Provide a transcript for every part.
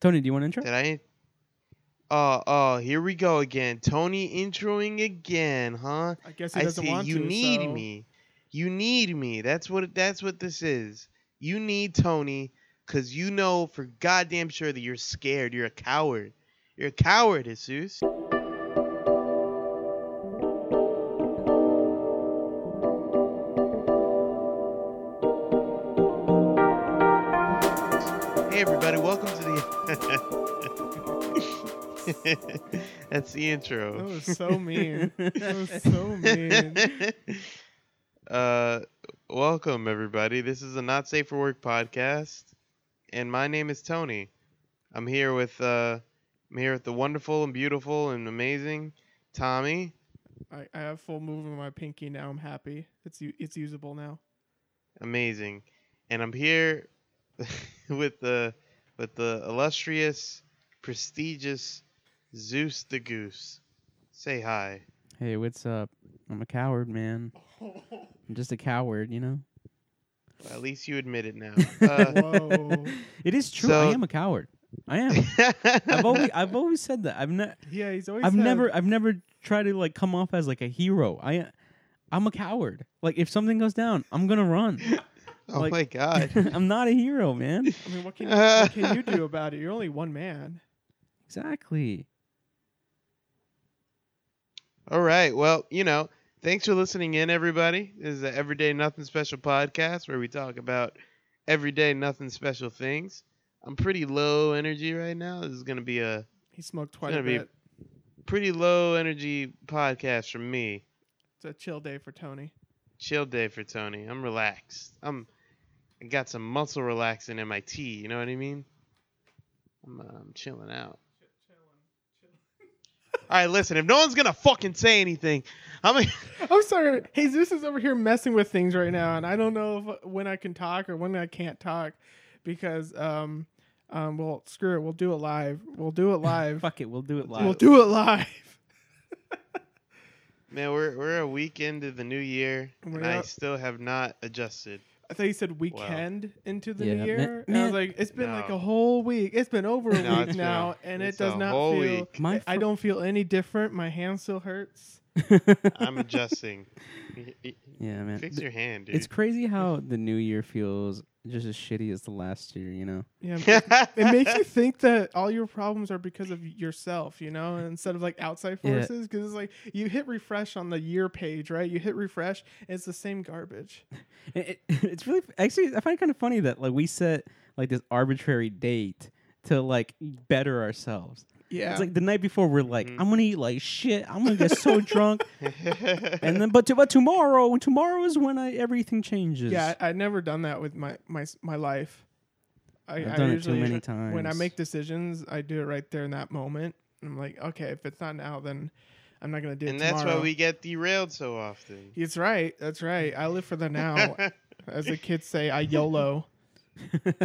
Tony, do you want to intro? Did I? Oh, oh, here we go again. Tony introing again, huh? I guess he I doesn't see. want You to. need so- me. You need me. That's what. That's what this is. You need Tony, cause you know for goddamn sure that you're scared. You're a coward. You're a coward, Jesus. Hey everybody, welcome to the. That's the intro. That was so mean. that was so mean. uh, welcome everybody. This is a Not Safe for Work podcast, and my name is Tony. I'm here with uh, I'm here with the wonderful and beautiful and amazing Tommy. I, I have full movement of my pinky now. I'm happy. It's u- it's usable now. Amazing, and I'm here with the with the illustrious, prestigious Zeus the Goose. Say hi. Hey, what's up? I'm a coward, man. I'm just a coward, you know. Well, at least you admit it now. Uh, Whoa. It is true. I So- am a coward. I am. I've always I've always said that. I've not. Yeah, he's always. I've had- never I've never tried to like come off as like a hero. I I'm a coward. Like if something goes down, I'm gonna run. oh like- my god. I'm not a hero, man. I mean, what can, you, what can you do about it? You're only one man. Exactly. All right. Well, you know, thanks for listening in, everybody. This is the Everyday Nothing Special podcast where we talk about everyday nothing special things. I'm pretty low energy right now. This is going to be a He smoked quite a gonna be- bit. pretty low energy podcast from me. It's a chill day for Tony. Chill day for Tony. I'm relaxed. I'm I got some muscle relaxing in my tea. You know what I mean? I'm, uh, I'm chilling out. All right, listen. If no one's gonna fucking say anything, I'm. Gonna... I'm sorry. Jesus is over here messing with things right now, and I don't know if, when I can talk or when I can't talk because, um, um, well, screw it. We'll do it live. We'll do it live. Fuck it. We'll do it live. we'll do it live. Man, we're we're a week into the new year, We're and I not- still have not adjusted. I thought you said weekend into the Yeah, new man- year. and I was man. like, it's been like No. a whole week. It's been over a No, week it's been now, a- and it's it does a not whole feel. week. My I fir- don't feel any different. My hand still hurts. I'm adjusting. Y- y- yeah, man. Fix Th- your hand, dude. It's crazy how the new year feels just as shitty as the last year. You know. Yeah, it makes you think that all your problems are because of yourself, you know, instead of like outside Yeah. forces. Because it's like you hit refresh on the year page, right? You hit refresh, and it's the same garbage. It, it- it's really actually I find it kind of funny that like we set like this arbitrary date to like better ourselves. Yeah, Mm-hmm. It's like the night before we're like Mhm. I'm gonna eat like shit. I'm gonna get so drunk, and then but to, but tomorrow tomorrow is when I everything changes. yeah. I, I've never done that with my my s- my life. I, I've I done it too usually many when I times. make decisions, I do it right there in that moment. I'm like, okay, if it's not now, then I'm not gonna do it. and that's why tomorrow. we get derailed so often. It's right. That's right. I live for the now. As the kids say, I YOLO.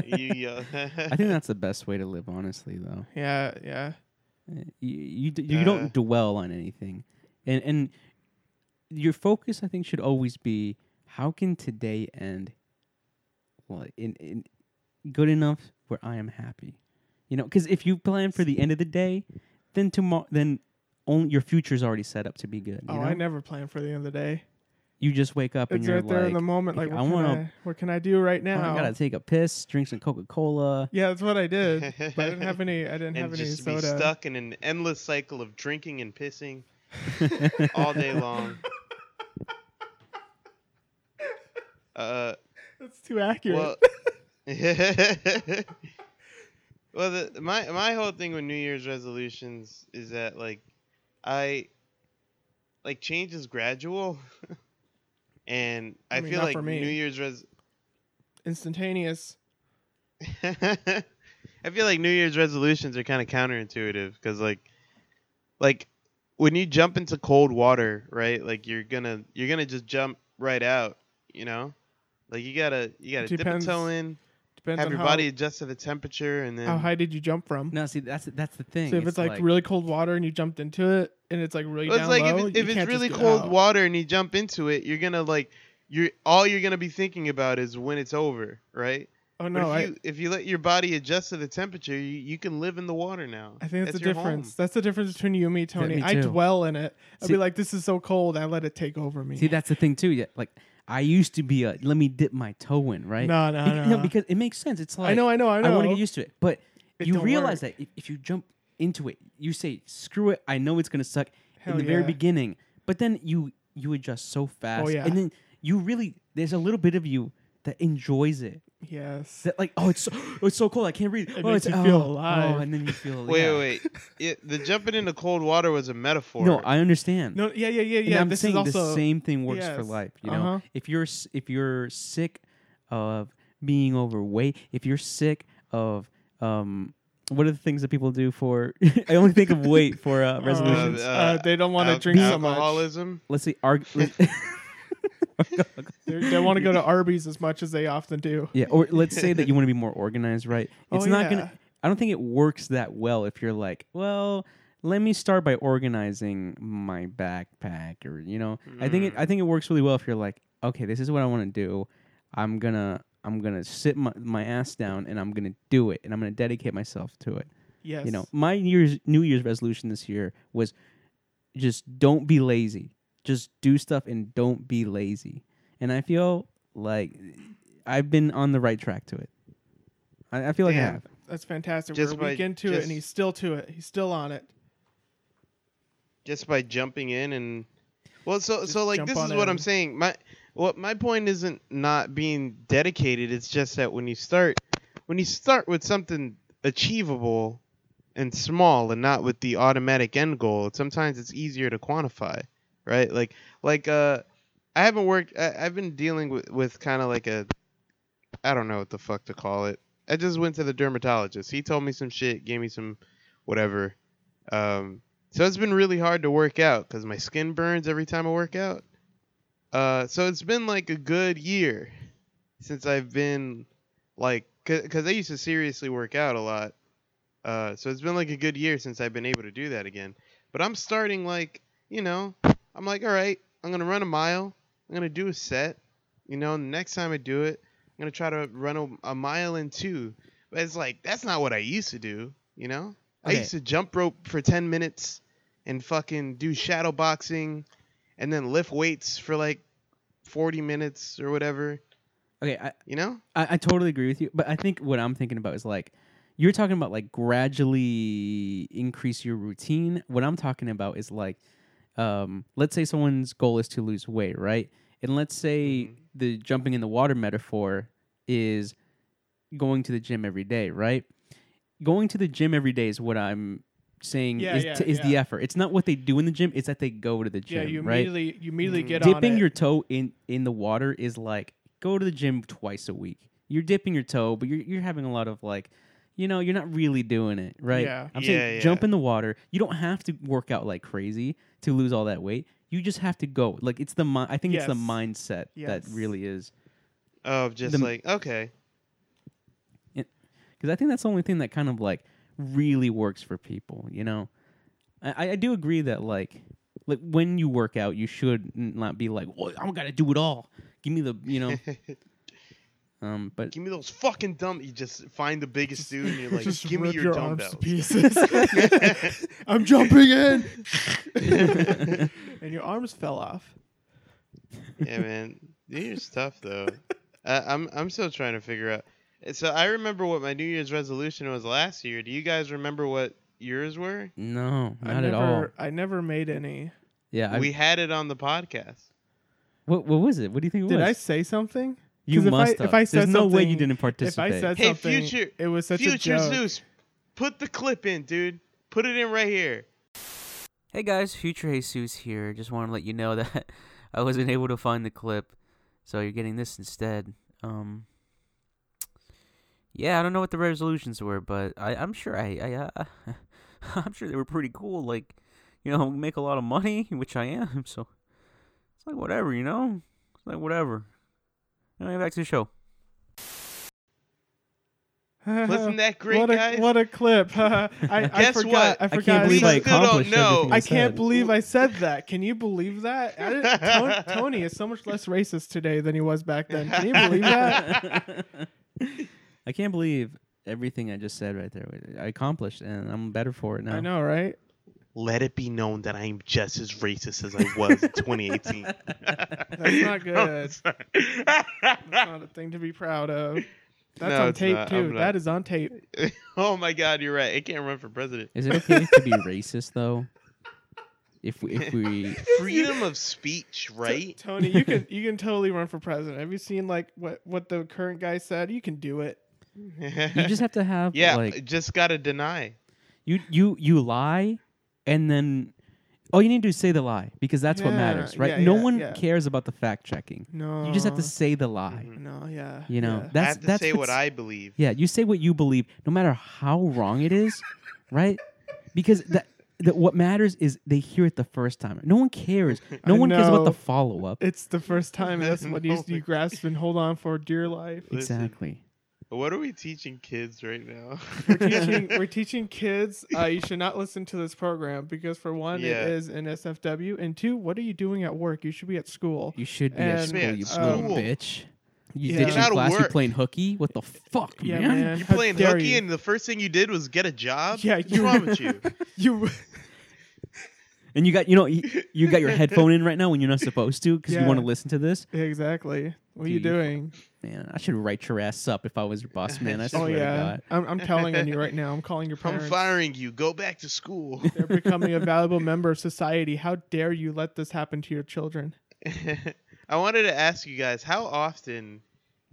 you yell. I think that's the best way to live, honestly. Though Yeah, yeah. Uh, you you, d- you Uh. don't dwell on anything, and and your focus I think should always be how can today end, well, in in good enough where I am happy, you know. Because if you plan for the end of the day, then tomorrow then only your future's already set up to be good. You oh, know? I never plan for the end of the day. You just wake up and It's you're right there like, in the moment. Like, "Okay, what, I can wanna- I, what can I do right "Oh, now? I gotta take a piss, drink some Coca Cola. yeah, that's what I did. But I didn't have any. I didn't have and any just to be soda. stuck in an endless cycle of drinking and pissing all day long. Uh, That's too accurate. Well, well, the, my my whole thing with New Year's resolutions is that like I like change is gradual, and I, mean, feel not like for New me. Year's res. Instantaneous. I feel like New Year's resolutions are kind of counterintuitive because like like when you jump into cold water, right? Like you're gonna you're gonna just jump right out, you know. Like you gotta you gotta Depends- dip a toe in. Depends have on your how, body adjust to the temperature and then how high did you jump from? No, see that's that's the thing. so if it's, like, really cold water and you jumped into it and it's like really Well, it's down like low, if, you it, if it's can't just really get cold out. water and you jump into it you're gonna like you're all you're gonna be thinking about is when it's over right Oh But no, if I, you if you let your body adjust to the temperature, you, you can live in the water now. I think that's, the your difference. home. That's the difference between you and me, Tony. me I too. dwell in it. I'd See- be like, this is so cold. I let it take over me. See, that's the thing too. Yeah, like I used to be a let me dip my toe in, right? No, no, Bec- no. because it makes sense. It's like I know, I know, I know. want to get used to it, but It you don't realize that if, if you jump into it, you say screw it. I know it's gonna suck Hell in the very yeah. Oh, beginning, but then you you adjust so fast, yeah. and then you really there's a little bit of you that enjoys it. Yes. That like oh it's so, oh, it's so cold I can't breathe. It oh, makes it's you feel oh, alive. Oh, and then you feel Wait, yeah. wait, wait. It- the jumping into cold water was a metaphor. No, I understand. No. Yeah. Yeah. Yeah. And Yeah. I'm this saying is also the same thing works for Yes. life. You know, Uh-huh. if you're s- if you're sick of being overweight, if you're sick of um, what are the things that people do for? I only think of weight for uh, Uh, resolutions. Uh, uh, they don't want to Al- drink so much. alcoholism. Let's see, arg- let's- They're- They want to go to Arby's as much as they often do. yeah, or let's say that you want to be more organized, right? Oh, It's not yeah. gonna. I don't think it works that well if you're like, well, let me start by organizing my backpack, or you know, I think it, I think it works really well if you're like, okay, this is what I want to do. I'm gonna I'm gonna sit my, my ass down and I'm gonna do it and I'm gonna dedicate myself to it. Yes. You know, my year's New Year's resolution this year was just don't be lazy. Just do stuff and don't be lazy. And I feel like I've been on the right track to it. I, I feel like I Damn. have. That's fantastic. Just We're a week by- into it, just- and he's still to it. He's still on it. just by jumping in and well so Just so like jump this is on what in. i'm saying my what my point isn't not being dedicated it's just that when you start when you start with something achievable and small and not with the automatic end goal sometimes it's easier to quantify right like like uh i haven't worked I, i've been dealing with with kind of like a i don't know what the fuck to call it i just went to the dermatologist he told me some shit gave me some whatever um so it's been really hard to work out because my skin burns every time I work out. Uh, so it's been like a good year since I've been like, because I used to seriously work out a lot. Uh, so it's been like a good year since I've been able to do that again. But I'm starting like, you know, I'm like, all right, I'm going to run a mile. I'm going to do a set. You know, and the next time I do it, I'm going to try to run a, a mile and two. But it's like, that's not what I used to do, you know? I Okay. used to jump rope for 10 minutes and fucking do shadow boxing and then lift weights for like 40 minutes or whatever, Okay, I, you know? I, I totally agree with you, but I think what I'm thinking about is like you're talking about like gradually increase your routine. What I'm talking about is like, um, let's say someone's goal is to lose weight, right? And let's say Mm-hmm. Mhm. the jumping in the water metaphor is going to the gym every day, right? Going to the gym every day is what I'm saying Yeah, is, yeah, t- is the yeah. effort. It's not what they do in the gym; it's that they go to the gym. yeah. You right? immediately you immediately Mhm. get dipping on it. your toe in in the water is like go to the gym twice a week. You're dipping your toe, but you're you're having a lot of like, you know, you're not really doing it, right? Yeah. I'm Yeah, saying yeah. jump in the water. You don't have to work out like crazy to lose all that weight. You just have to go. Like it's the mi- I think it's the Yes. mindset that Yes. really is Of just The- like, okay. because I think that's the only thing that kind of like really works for people. You know, I, I- I do agree that like like when you work out, you should n- not be like, well, I'm gonna do it all. Give me the you know. Um, but Give me those fucking dumb. You just find the biggest dude and you're like, Just give me rip your, your arms dumbbells. to pieces. I'm jumping in, and your arms fell off. yeah, man. New Year's tough though. Uh, I'm I'm still trying to figure out. So I remember what my New Year's resolution was last year. Do you guys remember what yours were? No, not I never, at all. I never made any. Yeah, I, we had it on the podcast. what what was it? What do you think it Did was? I say something? you 'cause if I- must. if have. I said There's no way you something- didn't If I participate. said Hey, something, Future- it was such Future a joke. Zeus, put the clip in, dude. Put it in right here. Hey guys, Future Jesus here. Just want to let you know that I wasn't able to find the clip, so you're getting this instead. Um, yeah, I don't know what the resolutions were, but I, I'm sure I, I uh, I'm sure they were pretty cool. Like, you know, make a lot of money, which I am. So it's like whatever, you know, it's like whatever. Anyway, back to the show. Wasn't that great, what a, guys? What a clip! I, I Guess forgot. what? I I forgot. can't believe I I said- still don't accomplished know. everything I said. can't believe I said that. Can you believe that? I didn't, Tony, Tony is so much less racist today than he was back then. Can you believe that? I can't believe everything I just said right there. I accomplished, and I'm better for it now. I know, right? Let it be known that I am just as racist as I was in 2018. That's not good. I'm sorry. Not a thing to be proud of. That's No, on it's tape not. I'm too. not- That is on tape. oh my God, you're right. It can't run for president. Is it okay to be racist though? If we, if we Freedom of speech, T- right? Tony, you can you can totally run for president. Have you seen like what what the current guy said? You can do it. you just have to have yeah, like just gotta deny. you you you lie and then all you need to do is say the lie because that's what Yeah, matters, right? yeah, no yeah, one yeah. cares about the fact checking. No. You just have to say the lie. Mhm. No, yeah. You know, Mm-hmm. yeah. that's I have to that's say what what's- I believe. Yeah, you say what you believe, no matter how wrong it is, right? Because that, that what matters is they hear it the first time. No one cares. No I one cares about know. the follow up. It's the first time and that's what you, No. you grasp and hold on for dear life. Listen. Exactly. What are we teaching kids right now? We're teaching, we're teaching kids uh, you should not listen to this program because for one Yeah. it is an SFW and two what are you doing at work? You should be at school. You should be And, at school, you um, little bitch. You Yeah. did Get your out of class. You work. playing hooky? What the fuck, Yeah, man? man. you How playing dare hooky, you. and the first thing you did was get a job. Yeah, what's you- wrong with you? You And you got you know you, you got your headphone in right now when you're not supposed to because you want to Yeah. listen to this. Exactly. What are you Dude. doing? Man, I should write your ass up if I was your boss, man. I Oh, swear Oh to yeah. God. I'm I'm telling on you right now. I'm calling your I'm parents. firing you. Go back to school. They're becoming a valuable member of society. How dare you let this happen to your children? I wanted to ask you guys how often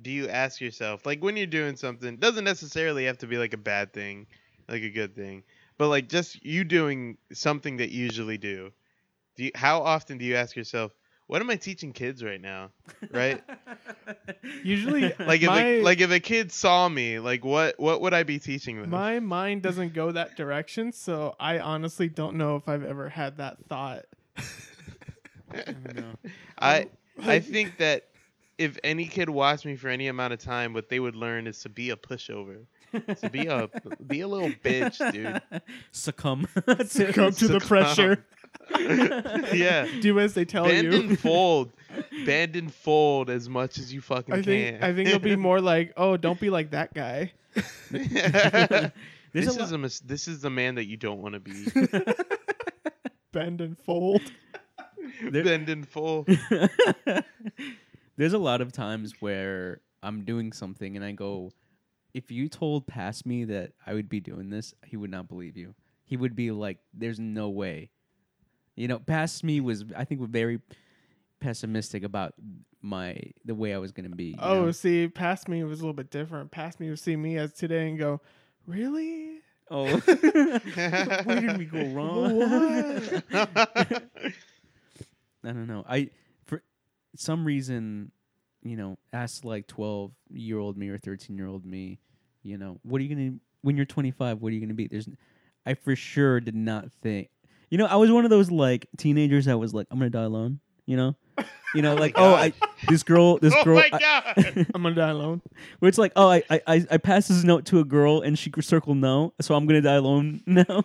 do you ask yourself, like when you're doing something, doesn't necessarily have to be like a bad thing, like a good thing, but like just you doing something that you usually do. Do you, how often do you ask yourself, what am I teaching kids right now? Right? Usually, like if my, a, like if a kid saw me, like what what would I be teaching them? my mind doesn't go that direction, so I honestly don't know if I've ever had that thought. I I Like- think that if any kid watched me for any amount of time, what they would learn is to be a pushover, to be a be a little bitch, dude. Succumb. Succumb to Succumb. the pressure. Yeah, Do as they tell bend you. and fold, bend and fold as much as you fucking I think can. I think it'll be more like, oh, don't be like that guy. this There's a is lot- a mis- this is the man that you don't want to be. Bend and fold. There- bend and fold. There's a lot of times where I'm doing something and I go, if you told past me that I would be doing this, he would not believe you. He would be like, there's no way. You know, past me was I think very pessimistic about my the way I was going to be. you Oh, know? see, past me was a little bit different. Past me would see me as today and go, really? oh. Where did we go wrong? What? I don't know. I for some reason, you know, asked like twelve year old me or thirteen year old me, you know, what are you gonna when you're twenty five? What are you gonna be? There's, n- I for sure did not think. You know, I was one of those like teenagers that was like, I'm gonna die alone. You know, you know, my like oh, I, this girl, this oh girl, my I- god! I'm gonna die alone. where it's like oh, I, I I I passed this note to a girl and she circled no, so I'm gonna die alone now. Dude,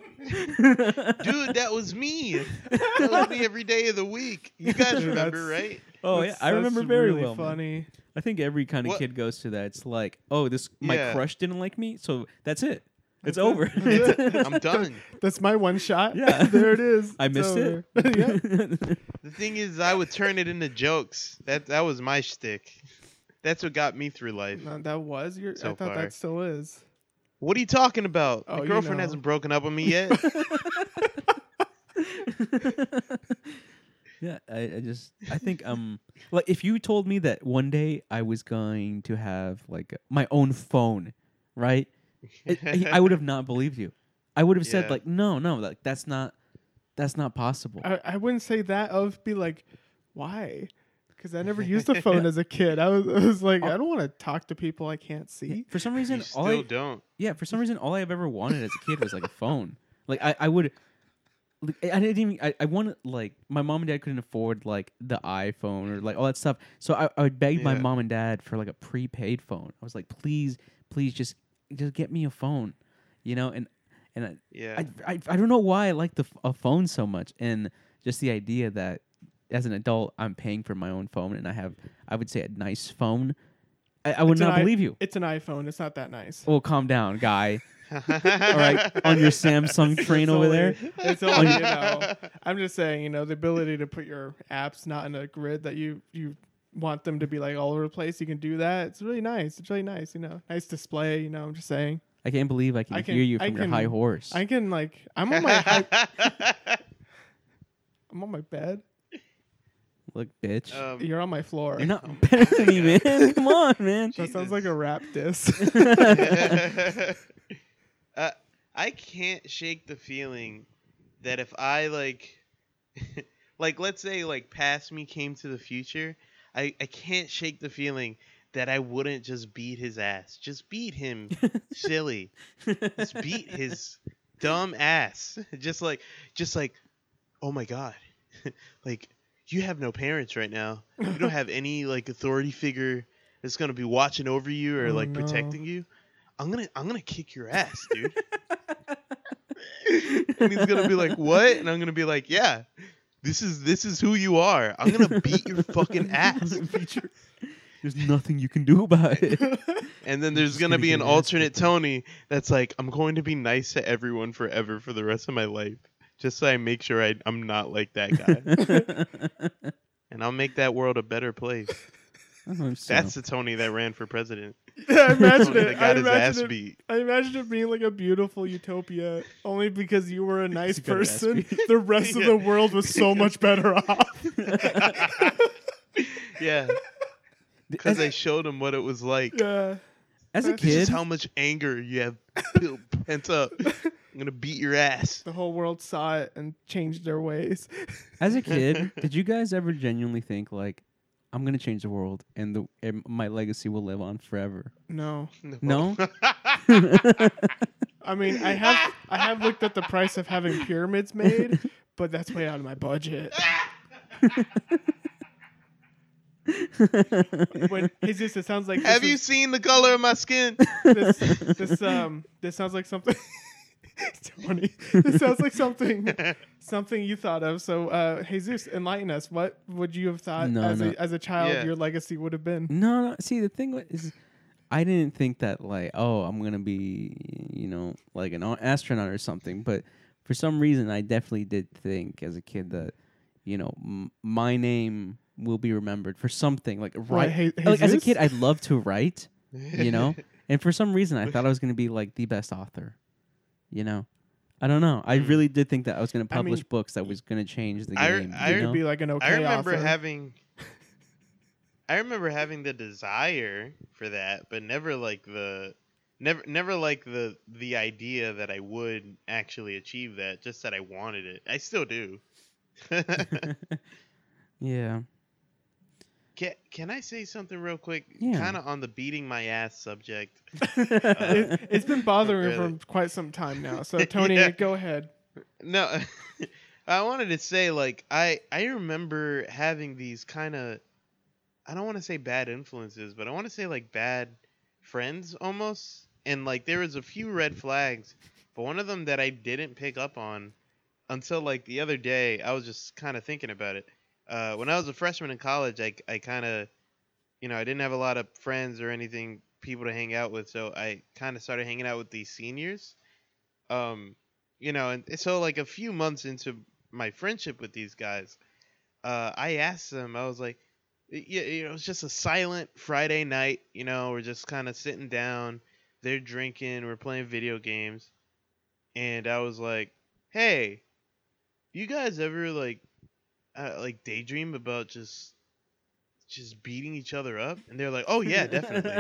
that was me. That was me every day of the week. You guys Dude, remember, that's- right? oh yeah, That's- I that's remember very really well. man. Funny. I think every kind of What- kid goes to that. It's like, oh, this my Yeah. crush didn't like me, so that's it. It's That's it. over. That's I'm done. That's my one shot. Yeah. there it is. I It's missed over. it. yeah. The thing is, I would turn it into jokes. That that was my shtick. That's what got me through life. No, that was your. So I thought far. that still is. What are you talking about? Oh, My you girlfriend know. hasn't broken up with me yet. yeah, I, I just I think um like if you told me that one day I was going to have like my own phone, right? I- I would have not believed you. I would have said Yeah. like, no, no, like that's not that's not possible. I, I wouldn't say that. I would be like, why? Because I never used a phone as a kid. I was, I was like, I don't want to talk to people I can't see. For some reason, you all still I, don't. Yeah, for some reason, all I've ever wanted as a kid was like a phone. Like I, I would, like, I I didn't even. I, I wanted like my mom and dad couldn't afford like the iPhone or like all that stuff. So I, I would beg my Yeah. mom and dad for like a prepaid phone. I was like, please, please, just just get me a phone, you know. And and I, Yeah. I, I, I don't know why I like the f- a phone so much, and just the idea that as an adult I'm paying for my own phone, and I have I would say a nice phone. I, I would It's an not i- believe you. It's an iPhone. It's not that nice. Well, calm down, guy. All All right, on your Samsung train It's over only- there. It's only, you know, I'm just saying, you know, the ability to put your apps not in a grid that you you want them to be like all over the place. You can do that. It's really nice. It's really nice. You know, nice display. You know, I'm just saying. I can't believe I can, I can- hear you I from your can- high horse. I can like I'm Oh on my hy- I'm on my bed. Look, bitch. um, You're on my floor. You're not better than me, God. man. Come on, man. that sounds Jesus. like a rap diss. uh, I can't shake the feeling that if I like, like let's say like past me came to the future, I I can't shake the feeling that I wouldn't just beat his ass, just beat him silly, just beat his dumb ass, just like just like, oh my god, like you have no parents right now, you don't have any like authority figure that's gonna be watching over you or Oh, like no. protecting you. I'm gonna I'm gonna kick your ass, dude. and he's gonna be like, "What?" And I'm gonna be like, "Yeah, this is this is who you are. I'm gonna beat your fucking ass." Feature. There's nothing you can do about it. And then there's Just gonna gonna be get an your ass alternate kicked. Tony that's like, "I'm going to be nice to everyone forever for the rest of my life, just so I make sure I, I'm not like that guy, and I'll make that world a better place." I hope so. That's the Tony that ran for president. I imagine Tony it. that I got his ass imagine it. beat. I imagine it being like a beautiful utopia, only because you were a nice you gotta ask person. The rest of the world was so much better off. Yeah, because I showed him what it was like. Yeah. as a This This is kid, how much anger you have built- pent up. I'm gonna beat your ass. The whole world saw it and changed their ways. as a kid, did you guys ever genuinely think like, I'm gonna change the world and the and my legacy will live on forever? No. No. I mean, I have I have looked at the price of having pyramids made, but that's way out of my budget. When Jesus, it sounds like have this you is- seen the color of my skin? this this um this sounds like something Tony. This sounds like something something you thought of. So uh Jesus, enlighten us. What would you have thought No, as no. a as a child Yeah. your legacy would have been? No, no. See, the thing wa- is, I didn't think that like, oh, I'm gonna be, you know, like an au- astronaut or something. But for some reason, I definitely did think as a kid that, you know, m- my name will be remembered for something like Right, right. Je- like as a Jesus? kid, I loved to write, you know, and for some reason, I thought I was gonna be like the best author, you know. I don't know. I Hmm. really did think that I was going to I mean, publish books that was going to change the I- game. I you You'd know? be like an okay I remember author. having. I remember having the desire for that, but never like the, never never like the the idea that I would actually achieve that. Just that I wanted it. I still do. yeah. Can, can I say something real quick? Yeah. Kind of on the beating my ass subject. it, it's been bothering me Really. for quite some time now. So Tony, Yeah. go ahead. No, I wanted to say like I I remember having these kind of I don't want to say bad influences, but I want to say like bad friends almost. And like there was a few red flags, but one of them that I didn't pick up on until like the other day. I was just kind of thinking about it. Uh, when I was a freshman in college, I I kind of you know I didn't have a lot of friends or anything people to hang out with, so I kind of started hanging out with these seniors. Um, you know, and so like a few months into my friendship with these guys, uh, I asked them, I was like, you, you know, it's just a silent Friday night, you know, we're just kind of sitting down, they're drinking, we're playing video games. And I was like, hey, you guys ever like, uh, like daydream about just, just beating each other up? And they're like, oh yeah, definitely.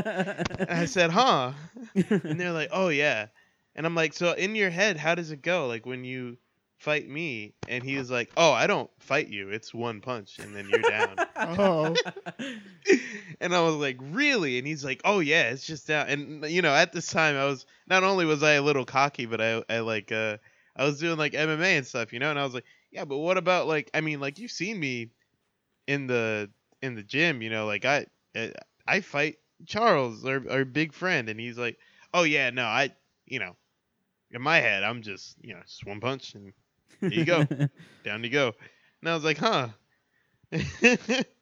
and I said, huh? and they're like, "Oh yeah," and I'm like, "So in your head, how does it go? Like when you fight me?" And he was like, "Oh, I don't fight you. It's one punch, and then you're down." Oh, and I was like, "Really?" And he's like, "Oh yeah, it's just down." And you know, at this time, I was not only was I a little cocky, but I I like uh I was doing like MMA and stuff, you know, and I was like, "Yeah, but what about like I mean, like you've seen me in the in the gym, you know, like I I- I fight Charles, our our big friend, and he's like, "Oh yeah, no, I you know." In my head, I'm just, you know, just one punch and there you go down you go. And I was like, huh.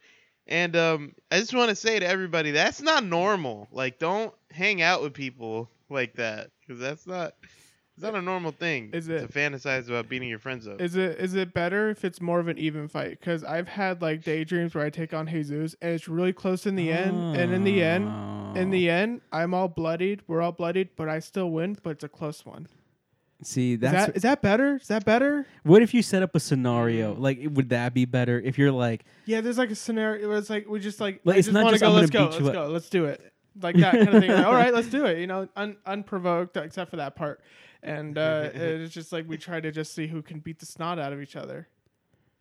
And um, I just want to say to everybody, that's not normal. Like, don't hang out with people like that because that's not. It's not a normal thing Is to it- fantasize about beating your friends up. Is it is it better if it's more of an even fight? Because I've had like daydreams where I take on Jesus and it's really close in the end, and in the Ah. end, in Oh. the end, I'm all bloodied. We're all bloodied, but I still win. But it's a close one. see Is that's that is that better? Is that better? what if you set up a scenario like would that be better if you're like Yeah, there's like a scenario where it's like we just like, Like, I it's just not want to just, go, I'm let's gonna go, beat let's you go, let's do it. Like that kind of thing. Like, All right, let's do it. You know, un- unprovoked, except for that part. And uh, it's just like we try to just see who can beat the snot out of each other.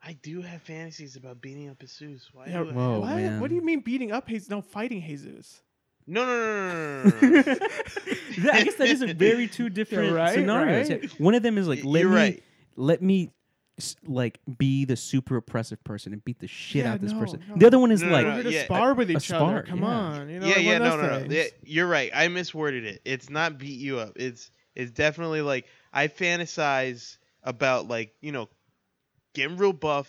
I do have fantasies about beating up Jesus. Why? Yeah, do I- whoa. Oh, what? man. What do you mean beating up Jesus? No, fighting Jesus. No, no, no, no, no, no, no. That- I guess that is a very two different right, scenarios. right. Yeah. One of them is like Y- let you're me right. let me s- like be the super oppressive person and beat the shit Yeah, out of this no, person. no. The other one is No, no, like We're here to yeah, spar with a each other. spar, Come yeah. on, you know, yeah, like, yeah, one no, of no, those no. things. Yeah, you're right. I misworded it. It's not beat you up. It's it's definitely like I fantasize about like you know getting real buff,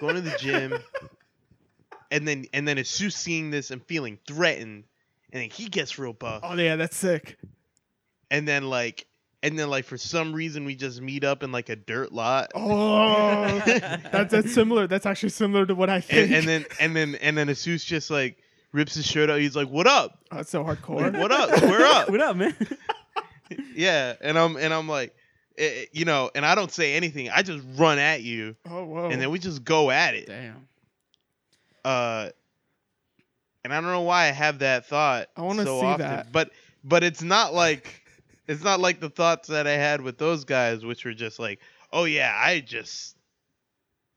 going to the gym, and then and then Asus seeing this and feeling threatened, and then he gets real buff, Oh yeah, that's sick. and then like and then like for some reason we just meet up in like a dirt lot. Oh, that's that's similar. That's actually similar to what I think. And, and then and then and then Asus just like rips his shirt out. He's like, "What up? oh, it's so hardcore. Like, what up? We're up." what up, man? Yeah, and I'm and I'm like, eh, eh, you know, and I don't say anything. I just run at you, Oh whoa. and then we just go at it. Damn. Uh, and I don't know why I have that thought. I wanna so see often, that. but but it's not like it's not like the thoughts that I had with those guys, which were just like, oh yeah, I just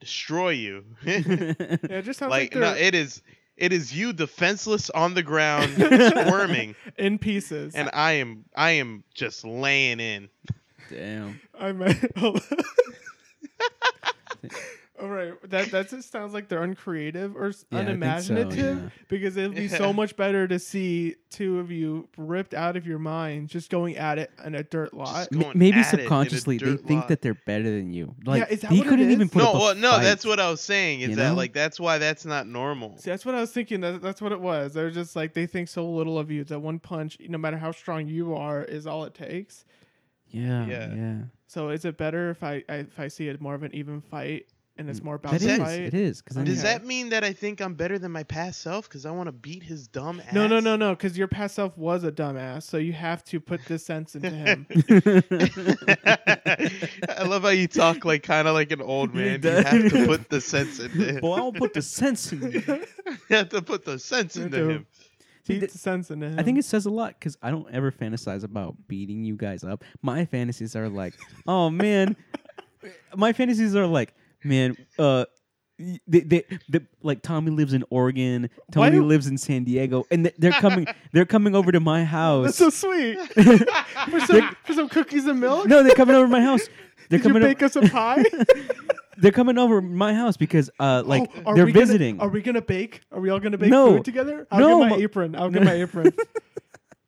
destroy you. yeah, it just sounds like, like they're no, it is it is you defenseless on the ground squirming, in pieces. and I am I am just laying in. Damn. I might. All right, that that just sounds like they're uncreative or s Yeah, I think so, unimaginative yeah. because it'd be Yeah. so much better to see two of you ripped out of your mind just going at it in a dirt lot. Just- going maybe at it in a subconsciously they dirt think lot. that they're better than you. Like is that he what it couldn't is? even put no, up a well, no, fight. that's what I was saying. Is you that know? like that's why that's not normal? See, that's what I was thinking. That, that's what it was. They're just like they think so little of you that one punch, no matter how strong you are, is all it takes. Yeah, yeah. Yeah. So is it better if I, I if I see it more of an even fight and it's more about Mm, That the is, fight? it is. Because Does Okay. that mean that I think I'm better than my past self because I want to beat his dumb ass? No, no, no, no, because your past self was a dumbass, so you have to put this sense into him. I love how you talk like kind of like an old You man. You don't- have to put the sense into him. Boy, I'll put the sense in you. You have to put the sense into Okay. him. See, Beat th- the sense into him. I think it says a lot because I don't ever fantasize about beating you guys up. My fantasies are like, oh man, my fantasies are like, man, uh, y- they, they, they, like Tommy lives in Oregon, Why Tony do- lives in San Diego, and th- they're coming, they're coming over to my that's house. so sweet. for some for some cookies and milk. no, they're coming over to my house. They're Did you coming. bake Over, us a pie? they're coming over to my house because, uh, like Oh, are they're we gonna- visiting. are we gonna bake? Are we all gonna bake No. food together? I'll No, get my ma- apron. I'll get my apron.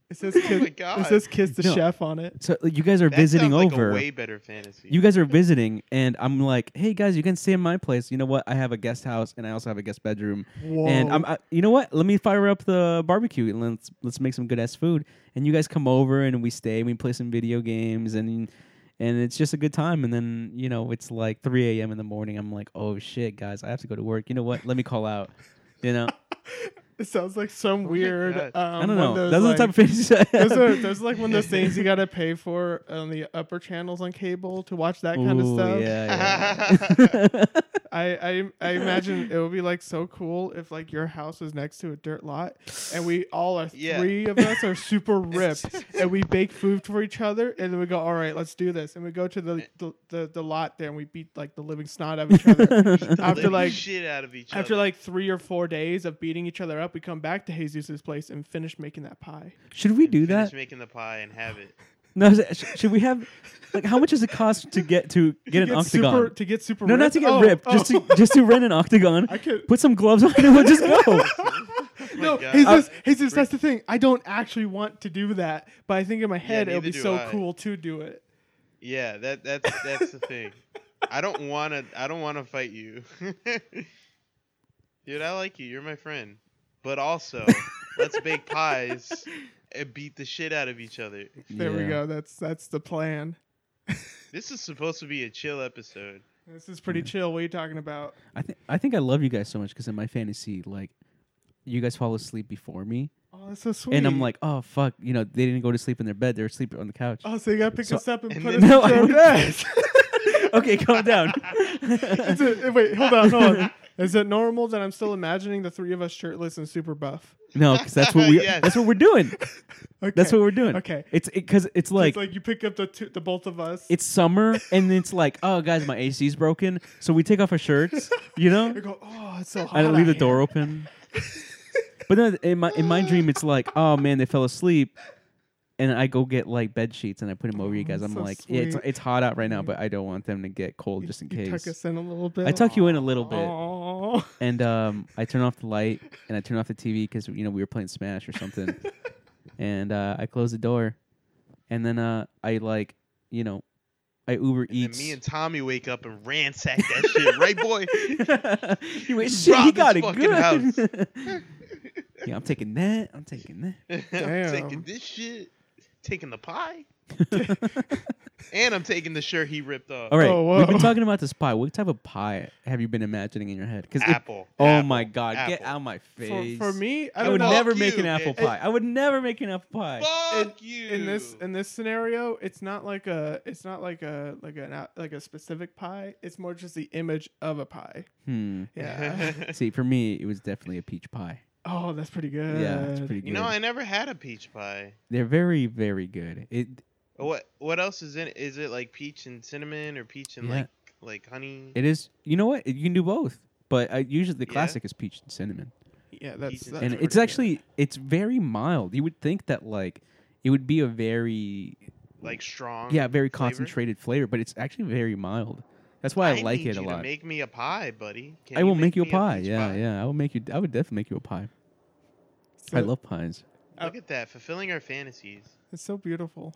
It says, kiss, Oh my God. it says "kiss the No. chef" on it. so like, you guys are That visiting sounds over. Like a way better fantasy. you guys are visiting and i'm like hey guys you can stay in my place you know what i have a guest house and i also have a guest bedroom and Whoa. i'm I, you know what let me fire up the barbecue and let's let's make some good ass food and you guys come over and we stay and we play some video games and and it's just a good time and then you know it's like 3 a.m in the morning i'm like oh shit guys i have to go to work you know what let me call out you know It sounds like some weird. Um, Oh God. i don't one know of those, those are the like- type of things those are those are like one of those things you gotta pay for on the upper channels on cable to watch that kind of Ooh, stuff. yeah, yeah. I, I I imagine it would be like so cool if like your house was next to a dirt lot and we all are Yeah. three of us are super ripped and we bake food for each other and then we go all right let's do this and we go to the the, the, the lot there and we beat like the living snot out of each other Lick after the like shit out of each after other. like three or four days of beating each other up we come back to Jesus's place and finish making that pie should we do Finish that making the pie and have it. No, is it- sh- should we have like how much does it cost to get to get an to get octagon? super to get super no, ripped? not to get Oh, ripped, oh. just to just to rent an octagon. I could Put some gloves on and we'll just go. No, God. he's Uh, just, he's just, that's the thing. I don't actually want to do that, but I think in my head it would be neither do so I. cool to do it. Yeah, that that's that's the thing. I don't wanna I don't wanna fight you. Dude, I like you. You're my friend. But also, let's bake pies and beat the shit out of each other. There we Yeah. go. That's that's the plan. This is supposed to be a chill episode. This is pretty chill. What are you talking about? I think I think I love you guys so much because in my fantasy, like, you guys fall asleep before me, Oh, that's so sweet. and I'm like, oh fuck, you know, they didn't go to sleep in their bed; they're asleep on the couch. oh, so you gotta pick So- us up and, and put us then- in No, I your wouldn't. bed. okay, calm down. Is it- eh, wait, hold on, hold on. Is it normal that I'm still imagining the three of us shirtless and super buff? no, because that's what we Yes. that's what we're doing. Okay. That's what we're doing. Okay. it's because it's So like it's like you pick up the two, the both of us. it's summer and it's like, oh guys, my AC's broken, so we take off our shirts, you know, You go, oh, it's so hot. and I leave out the door open. But then in my in my dream, it's like, oh man, they fell asleep, and I go get like bed sheets and I put them over you guys. I'm Oh, so like, yeah, it's sweet. it's hot out right now, but I don't want them to get cold here." just in You- you case. tuck us in a little bit. I tuck you in a little bit, Aw. and um, I turn off the light and I turn off the TV because you know we were playing Smash or something, and uh, I close the door, and then uh, I like, you know, I Uber And Eats. then me and Tommy wake up and ransack that shit, right, boy? you went, shit, he robbed got his it fucking good. house." yeah, I'm taking that. I'm taking I'm Damn. taking this shit, taking the pie, that. and I'm taking the shirt he ripped off. All right, Oh, we've been whoa. talking about this pie. What type of pie have you been imagining in your head? Because Apple. oh apple, my god, get apple. out of my For, face. for me, I I, don't would know. never Fuck make you, an apple bitch. pie. I would never make an apple pie. Fuck you. in this in this scenario, it's not like a it's not like a like an out- like a specific pie. It's more just the image of a pie. Hmm. Yeah. See, for me, it was definitely a peach pie. oh, that's pretty good. Yeah, it's pretty good. Uh, you know, I never had a peach pie. They're very, very good. It What what else is in it? Is it like peach and cinnamon or peach and Yeah. like like honey? it is. You know what? You can do both, but uh, usually the Yeah. classic is peach and cinnamon. Yeah, that's, Decent. that's and pretty it's good. actually it's very mild. You would think that like it would be a very like strong. yeah very flavor? concentrated flavor, but it's actually very mild. That's why I, like need it a you to lot. make me a pie, buddy. Can I will make you a me pie. peach yeah, yeah. I will make you. I would definitely make you a pie. so, I love pies. Look at that, fulfilling our fantasies. It's so beautiful.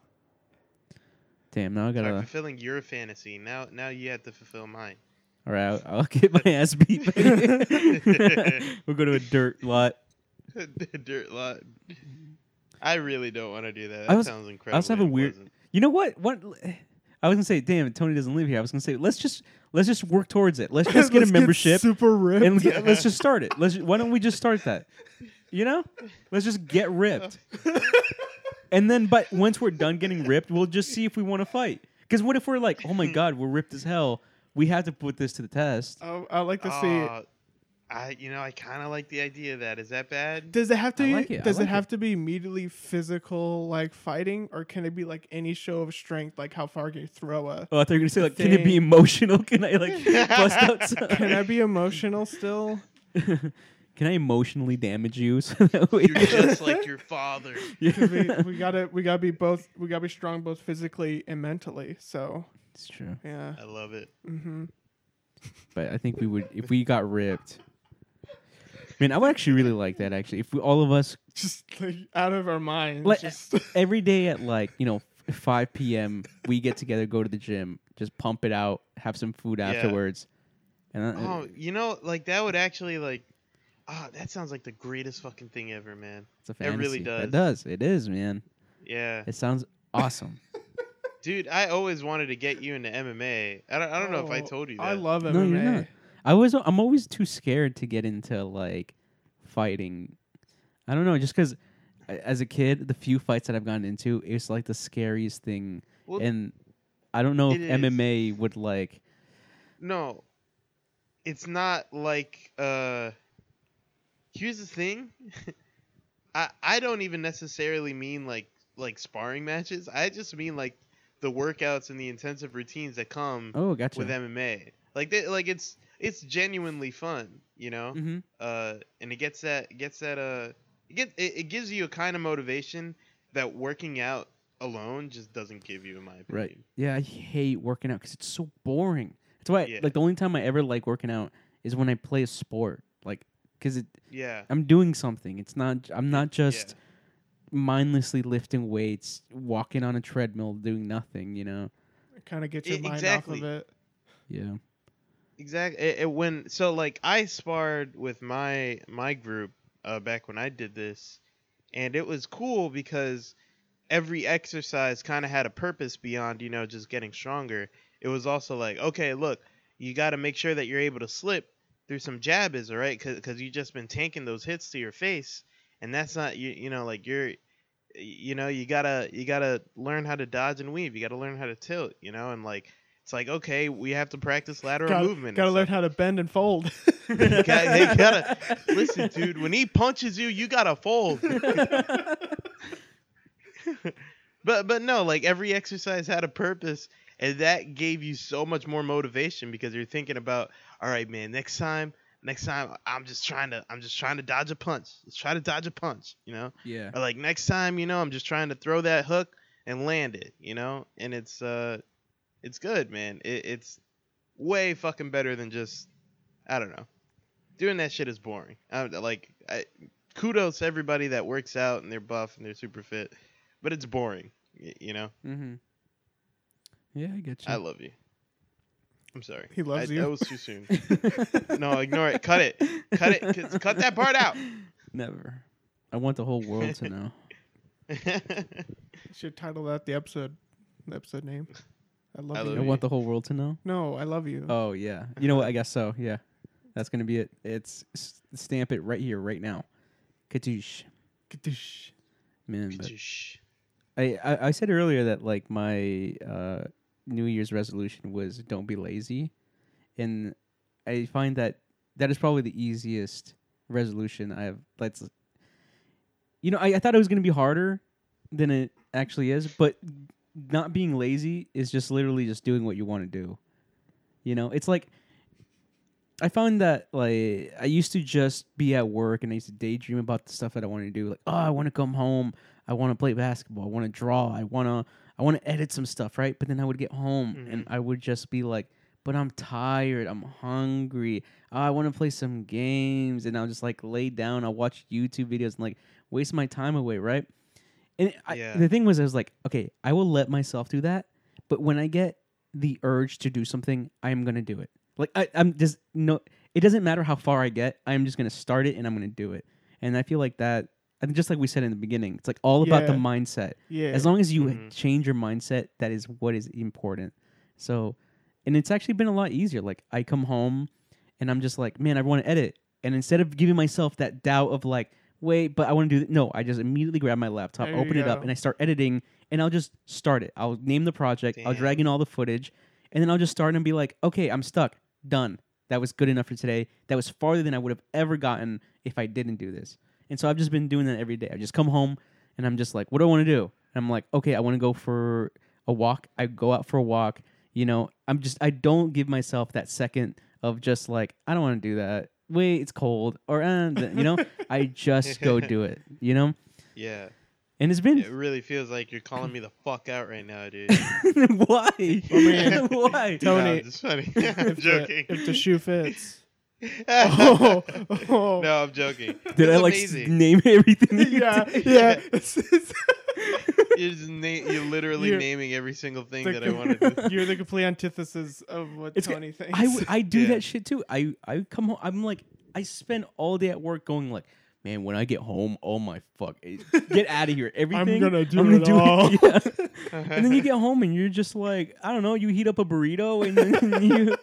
Damn. Now I Or gotta. fulfilling your fantasy. Now, now you have to fulfill mine. All right. I'll, I'll get my ass beat. we'll go to a dirt lot. Dirt lot. I really don't want to do that. I That was- sounds incredible. I also have a weird. You know what? What? I was gonna say, damn, Tony doesn't live here. I was gonna say, let's just let's just work towards it. Let's just get Let's a membership. super ripped. and get- let's just start it. Let's. Why don't we just start that? You know, let's just get ripped, and then but once we're done getting ripped, we'll just see if we want to fight. Because what if we're like, oh my god, we're ripped as hell. We have to put this to the test. Oh, I like to see. Uh, I, you know, I kind of like the idea of that. Is that bad? Does it have to? I be- like it, I Does like it have to be immediately physical, like fighting, or can it be like any show of strength, like how far can you throw a? Oh, I thought you were gonna say like, can it be Thing. emotional? Can I like bust out? Some, Can I be emotional still? can I emotionally damage you? So that we- You're just like your father. 'Cause we, we gotta we gotta be both we gotta be strong both physically and mentally. So it's true. yeah, I love it. mm-hmm. but I think we would if we got ripped. Man, I would actually really like that. Actually, if we all of us just like out of our minds. Let- just every day at like you know f- five p.m. we get together, go to the gym, just pump it out, have some food Yeah. afterwards, and uh, Oh, you know, like that would actually like. Ah, that sounds like the greatest fucking thing ever, man. it's a it fantasy. really It does. It is, man. Yeah, It sounds awesome. dude, I always wanted to get you into MMA. I don't, I don't know if I Oh, told you that. I love MMA. No, you're not. I was. I'm always too scared to get into like fighting. I don't know, just because as a kid, the few fights that I've gotten into, it's like the scariest thing. Well, and I don't know if it is. MMA would like. No. It's not like uh here's the thing. I I don't even necessarily mean like like sparring matches. I just mean like the workouts and the intensive routines that come Oh, gotcha. with MMA. Like they, like it's it's genuinely fun, you know? Mhm. Uh and it gets that gets that uh it, get, it, it gives you a kind of motivation that working out alone just doesn't give you in my opinion. Right. Yeah, I hate working out because it's so boring. That's why, Yeah. like, the only time I ever like working out is when I play a sport. Like, because Yeah. I'm doing something. It's not. I'm not just mindlessly lifting weights, walking on a treadmill, doing nothing. You know. Kind of get your E- mind exactly. off of it. Yeah. Exactly. It, it when so like I sparred with my my group uh, back when I did this, and it was cool because every exercise kind of had a purpose beyond you know just getting stronger. It was also like okay, look, you got to make sure that you're able to slip through some jabbers, all right? Because you just been tanking those hits to your face, and that's not you you know like you're you know you gotta you gotta learn how to dodge and weave. You gotta learn how to tilt, you know, and like. It's like okay, we have to practice lateral Gotta, movement. gotta It's learn like- how to bend and fold. you gotta, you gotta- listen, dude. When he punches you, you gotta fold. but but no, like every exercise had a purpose, and that gave you so much more motivation because you're thinking about, all right, man, next time, next time, I'm just trying to, I'm just trying to dodge a punch. Let's try to dodge a punch, you know. yeah. Or like next time, you know, I'm just trying to throw that hook and land it, you know. And it's uh, it's good, man. It, it's way fucking better than just, I don't know, doing that shit is boring. I, like, I, kudos to everybody that works out and they're buff and they're super fit, but it's boring, y- you know. Mm-hmm. Yeah, I get you. I love you. I'm sorry. Hmm. He loves I- you. That was too soon. no, ignore it. Cut it. Cut it. Cut- cut that part out. Never. I want the whole world to know. Should title that the episode, the episode name. I love I you. I love want the whole world to know. No, I love you. Oh yeah. You know what? I guess so. Yeah. That's gonna be it. It's s- stamp it right here, right now. Kadoosh, Kadoosh. man. But I, I I said earlier that like my uh, New Year's resolution was don't be lazy, and I find that that is probably the easiest resolution I have. Let's, you know, I, I thought it was going to be harder than it actually is, but not being lazy is just literally just doing what you want to do. You know, it's like I found that like I used to just be at work and I used to daydream about the stuff that I wanted to do. Like, oh, I want to come home. I want to play basketball. I want to draw. I want to I want to edit some stuff, right? But then I would get home and I would just be like, but I'm tired. I'm hungry. Oh, I want to play some games. And I'll just like lay down. I'll watch YouTube videos and like waste my time away, right? And I, Yeah. the thing was, I was like, okay, I will let myself do that. But when I get the urge to do something, I'm going to do it. Like, I, I'm just, no, it doesn't matter how far I get. I'm just going to start it and I'm going to do it. And I feel like that, and just like we said in the beginning, it's like all about the Yeah. mindset. Yeah. As long as you Mm-hmm. Mhm. change your mindset, that is what is important. So, and it's actually been a lot easier. Like I come home and I'm just like, man, I want to edit. And instead of giving myself that doubt of like, wait, but I want to do th- no, I just immediately grab my laptop, There you open it up, go. and I start editing. And I'll just start it. I'll name the project. I'll drag in all the footage, and then I'll just start and be like, okay, I'm stuck. Done. That was good enough for today. That was farther than I would have ever gotten if I didn't do this. And so I've just been doing that every day. I just come home and I'm just like, what do I want to do? And I'm like, okay, I want to go for a walk. I go out for a walk. You know, I'm just, I don't give myself that second of just like, I don't want to do that. Wait, it's cold. Or, uh, th- you know, I just go do it, you know? Yeah. And it's been, It really feels like you're calling me the fuck out right now, dude. why? man. why? Tony, No, I'm just funny. I'm if the- joking. if the shoe fits. no, Oh, oh. I'm joking. Did It's I like s- amazing. name everything? you yeah, did? yeah. It's- it's- You're, just na- you're literally You're- naming every single thing the that I com- wanted to. You're the complete antithesis of what It's g- Tony thinks. I, w- I do Yeah. that shit too. I, I come home. I'm like, I spend all day at work going like, man, when I get home, oh my fuck, eh, get out of here. Everything gonna do it all." Yeah. and then you get home and you're just like, I don't know. You heat up a burrito and then you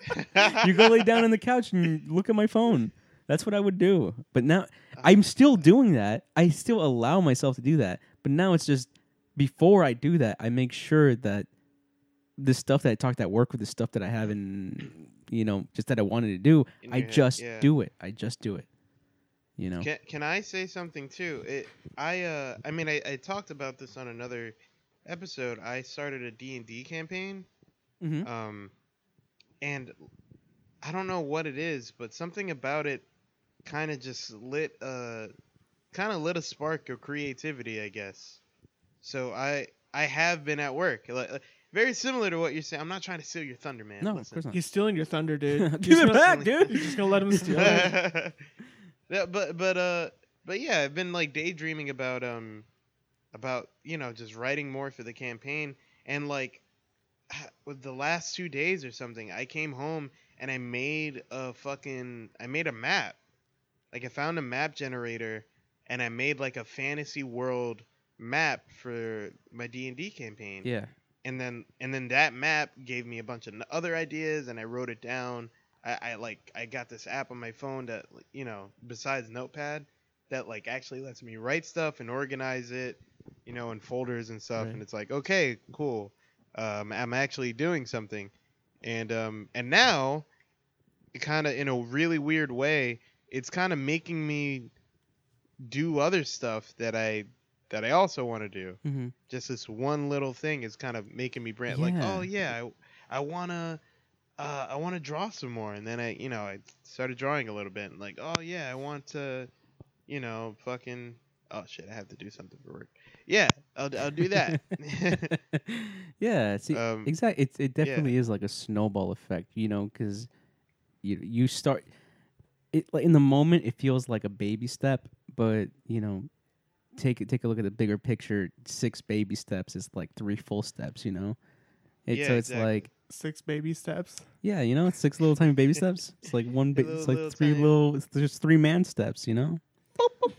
you go lay down on the couch and you look at my phone. That's what I would do. But now Uh. I'm still doing that. I still allow myself to do that. But now it's just before I do that, I make sure that the stuff that I talked at work with the stuff that I have in you know, just that I wanted to do, In I your head, just yeah. do it. I just do it. You know. Can, can I say something too? It, I uh, I mean, I, I talked about this on another episode. I started a D and D campaign. Mhm. Um, and I don't know what it is, but something about it kind of just lit a kind of lit a spark of creativity, I guess. So I I have been at work, Like- like, very similar to what you're saying. I'm not trying to steal your thunder, man. No, of Listen. course not. He's stealing your thunder, dude. You're Give just it gonna- back, You're dude. just gonna let him steal it. yeah, but but uh, but yeah, I've been like daydreaming about um, about you know just writing more for the campaign, and like, with the last two days or something, I came home and I made a fucking I made a map. Like I found a map generator and I made like a fantasy world map for my D&D campaign. Yeah. And then and then that map gave me a bunch of n- other ideas and I wrote it down. I, I like I got this app on my phone that you know, besides Notepad that like actually lets me write stuff and organize it, you know, in folders and stuff Right. and it's like, okay, cool. Um, I'm actually doing something and um and now kind of in a really weird way it's kind of making me do other stuff that i that i also want to do Mm-hmm. just this one little thing is kind of making me brand like Yeah. oh yeah i, I want to uh, I want to draw some more, and then I, you know, I started drawing a little bit, and like, oh yeah, I want to, you know, fucking, oh shit, I have to do something for work. Yeah, I'll, I'll do that. Mm-hmm. yeah. See, um, exactly. It it yeah. definitely is like a snowball effect, you know, because you you start it like in the moment it feels like a baby step, but you know, take a- take a look at the bigger picture. Six baby steps is like three full steps, you know. It, Yeah, so it's exactly. like Six baby steps. yeah, you know, it's six little tiny baby steps. It's like one, ba- Little- it's like little three tiny- little, it's just three man steps, you know.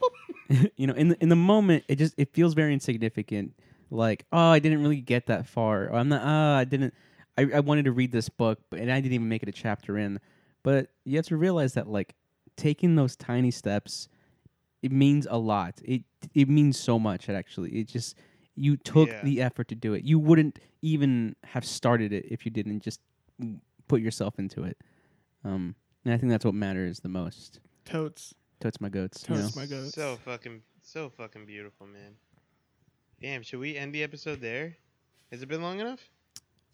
you know, in the, in the moment, it just it feels very insignificant. Like, oh, I didn't really get that far. Or I'm not. Ah, I didn't. I, I wanted to read this book, but and I didn't even make it a chapter in. But you have to realize that like taking those tiny steps, it means a lot. It it means so much. It actually, it just you took Yeah. the effort to do it. You wouldn't even have started it if you didn't just put yourself into it. Um, and I think that's what matters the most. Totes. Totes my goats. you Totes know? my goats. So fucking, so fucking beautiful, man. Damn, should we end the episode there? Has it been long enough?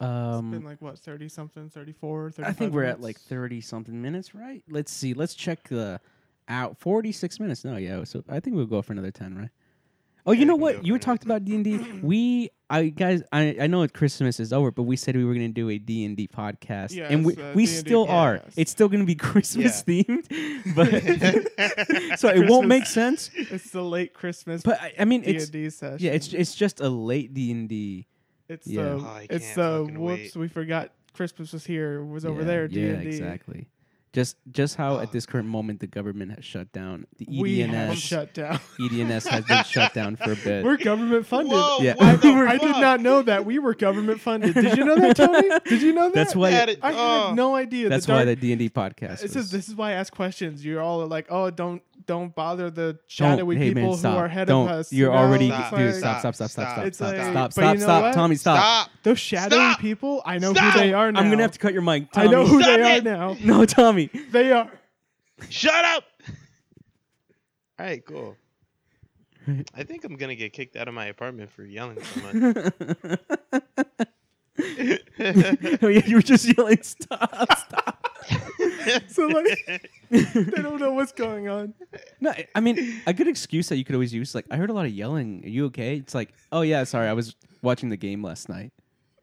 Um, it's been like what, thirty something, 34, 35 I think we're at minutes? like thirty something minutes, right? Let's see. Let's check the out forty six minutes. No, yeah. So I think we'll go for another ten, right? Oh, Yeah, you know we can go what? You for were talked about D and D. We, I guys, I, I know Christmas is over, but we said we were going to do a D and D podcast, Yeah, and we, it's a we D&D still are. podcast. It's still going to be Christmas themed, but so it Christmas. won't make sense. It's the late Christmas But I, I mean, D it's and D session. yeah, it's it's just a late D and D. it's yeah. the Oh, I it's can't the fucking wait. whoops. We forgot Christmas was here. Was over Yeah, there. D Yeah, and D. exactly. Just just how Oh, at this current moment the government has shut down. The E We have EDNS shut down. EDNS has been shut down for a bit. we're government funded. Whoa, Yeah. what the We were- I did fuck? not know that we were government funded. Did you know that, Tony? Did you know that? That's why. That is- I oh. had no idea. that's the why dark the D and D podcast. This was- is this is why I ask questions. You're all like, oh, don't don't bother the shadowy hey, man, people who stop. are ahead Don't. of us. You're you know? already It's Stop, dude. like, Stop! Stop! Stop! Stop! stop, Stop! it's Stop! like- Stop! but Stop! you know Stop! what? Tommy, stop! Stop. Those shadowy Stop. people, I know Stop. who they are now. I'm gonna have to cut your mic. Tommy. I know who Stop they it. are now. No, Tommy. They are. Shut up. All right, cool. I think I'm gonna get kicked out of my apartment for yelling so much. oh yeah, you were just yelling. Stop! Stop! So like, they don't know what's going on. No, I- I mean a good excuse that you could always use. Like I heard a lot of yelling. Are you okay? It's like, oh yeah, sorry, I was watching the game last night.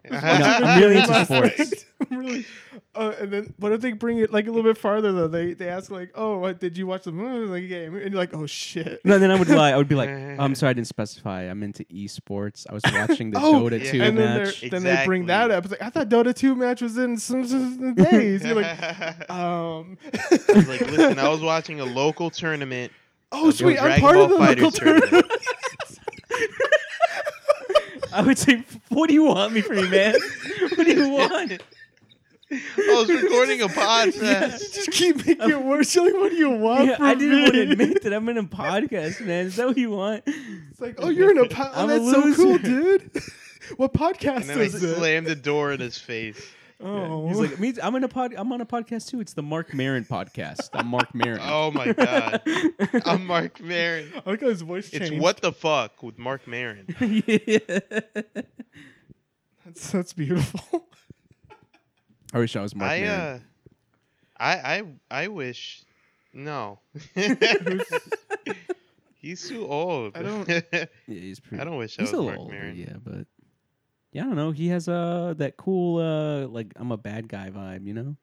You know, I'm really into sports. really. Uh, and then what if they bring it like a little bit farther though? They they ask like, oh, what, did you watch the movie? Like, game? And you're like, oh shit. No, then I would lie. I would be like, oh, I'm sorry, I didn't specify. I'm into esports. I was watching the Oh, Dota yeah. two And and then, they're- match. then they bring that Exactly. up. It's like I thought Dota 2 match was in some, some days. You're like, um, I was uh, like, listen, I was watching a local tournament. oh It was sweet, I'm Dragon part Ball of the local Fighters tournament. tournament. I would say, what do you want me from you, man? What do you want? I was recording a you podcast. just keep making it worse. You're like, what do you want Yeah, from I didn't want me? to admit that I'm in a podcast, man. Is that what you want? It's like, oh, you're in a podcast. I'm a that's so cool, loser. dude. what podcast And then I is it? slammed the door in his face. Oh, He's like, me, I'm in a pod. I'm on a podcast too. It's the Mark Marin podcast. I'm Mark Marin. Oh my god. I'm Mark Marin. I like how his voice It's changed. what the fuck with Mark Marin. yeah. That's, that's beautiful. I wish I was Mark I Maron. uh I I I wish no. He's too old. I don't- yeah, he's pretty. I don't wish I he's was a Mark little older, Maron. yeah, but yeah, I don't know. He has uh that cool uh like I'm a bad guy vibe, you know.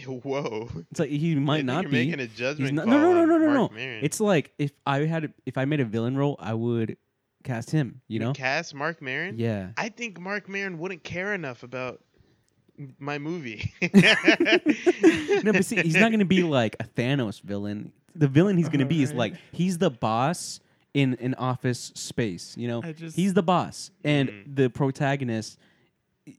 Whoa. It's like he I might think not you're be. making a He's judgment not, call no, no, no, on no, no, Mark no. Marin. It's like if I had a, if I made a villain role, I would cast him. You know? cast Mark Marin. Yeah. I think Mark Marin wouldn't care enough about my movie. no, but see, he's not going to be like a Thanos villain. The villain he's going to be is Alright. like he's the boss in an office space. You know, I just- he's the boss, and Mm. the protagonist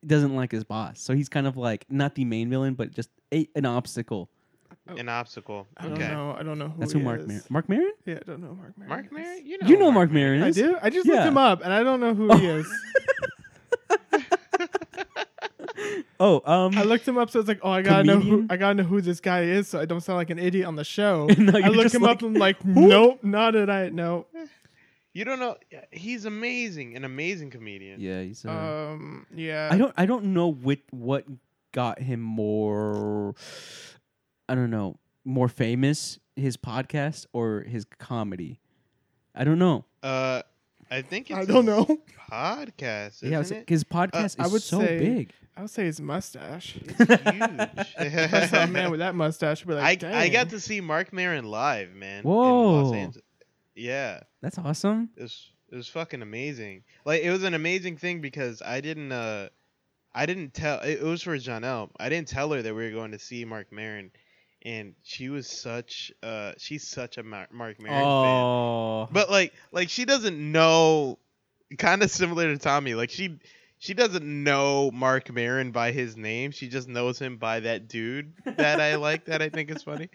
doesn't like his boss, so he's kind of like not the main villain, but just a, an obstacle. an obstacle. I don't Okay. know. I don't know who. That's he who Mark Maron. is. Mark Maron? Yeah, I don't know who Mark Maron. Mark is. Maron, you know. You know Mark Maron. Maron? I is. do. I just Yeah. looked him up, and I don't know who he is. Oh, um, I looked him up, so it's like, oh, I gotta know who Comedian? I gotta know who this guy is, so I don't sound like an idiot on the show. No, I you're look just him like, up, and I'm like, nope, not at I. No. You don't know. He's amazing. An amazing comedian. yeah, he's. Uh, Um. Yeah. I don't. I don't know what what got him more. I don't know more famous his podcast or his comedy. I don't know. Uh, I think it's I don't his know. Podcast, isn't yeah, it's- it? Uh, his podcast I is would so say- big. I would say his mustache. if I Huge. saw a man with that mustache, I'd be I, like, I got "Dang." to see Mark Maron live, man. in Whoa. Los Angeles. Yeah, That's awesome. it was it was fucking amazing. Like it was an amazing thing because I didn't uh I didn't tell it, it was for Janelle. I didn't tell her that we were going to see Mark Maron and she was such uh she's such a Mar- Mark Maron fan. Oh, But like like she doesn't know kind of similar to Tommy. Like she she doesn't know Mark Marin by his name. She just knows him by that dude that I like that I think is funny.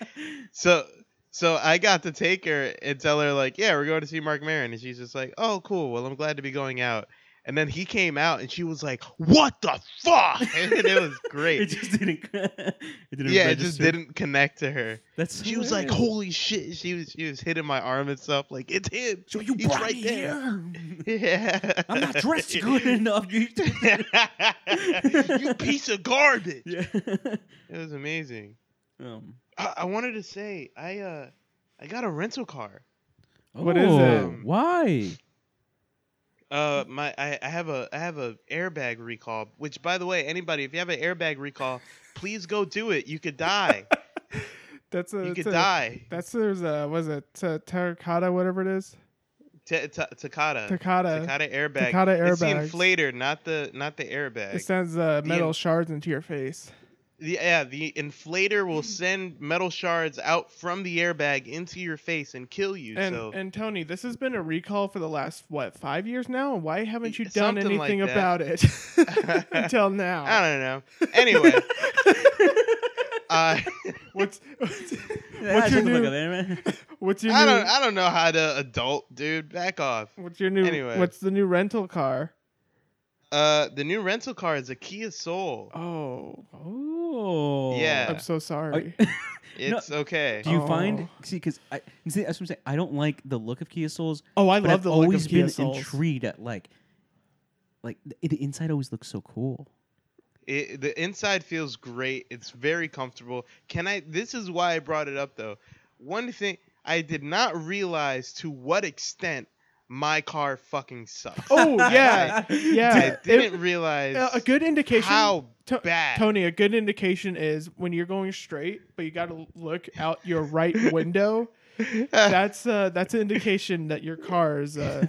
So so I got to take her and tell her like, "Yeah, we're going to see Mark Marin." And she's just like, "Oh, cool. Well, I'm glad to be going out." And then he came out and she was like, "What the fuck?" And it was it great. just didn't. it didn't yeah, it register. just didn't connect to her. That's She was like, hilarious. "Holy shit!" She was she was hitting my arm and stuff. Like it's him. so you he's brought right me there." here. Yeah. I'm not dressed good enough. You, you piece of garbage. yeah. It was amazing. Um, I, I wanted to say I uh I got a rental car. What is oh, it? Why? Uh my I, I have a I have a airbag recall, which by the way, anybody if you have an airbag recall, please go do it. You could die. That's a. you that's could a- die. That's there's a was it t- terracotta whatever it is T- t- Takata. terracotta. Takata airbag. Takata It's the airbags. inflator, not the not the airbag. It sends uh, The metal in- shards into your face. The, yeah, the inflator will send metal shards out from the airbag into your face and kill you. And so and Tony, this has been a recall for the last what five years now. Why haven't you Y- done something like anything that. about it until now? I don't know. Anyway, uh, What's what's, what's your new what's your I new, don't I don't know how to adult, dude. Back off. what's your new Anyway. what's the new rental car? Uh, the new rental car is a Kia Soul. Oh, Oh. Yeah. I'm so sorry. It's okay. Do you Oh. find see because I and see that's what I'm saying. I don't like the look of Kia Souls. oh, I but love I've the look always of Kia been Souls. intrigued at like, like the, the inside always looks so cool. It, the inside feels great. It's very comfortable. Can I? This is why I brought it up though. One thing I did not realize to what extent my car fucking sucks. Oh yeah, I yeah. I It- didn't realize uh, a good indication how To- bad. Tony, a good indication is when you're going straight, but you got to look out your right window. That's uh, that's an indication that your car is uh,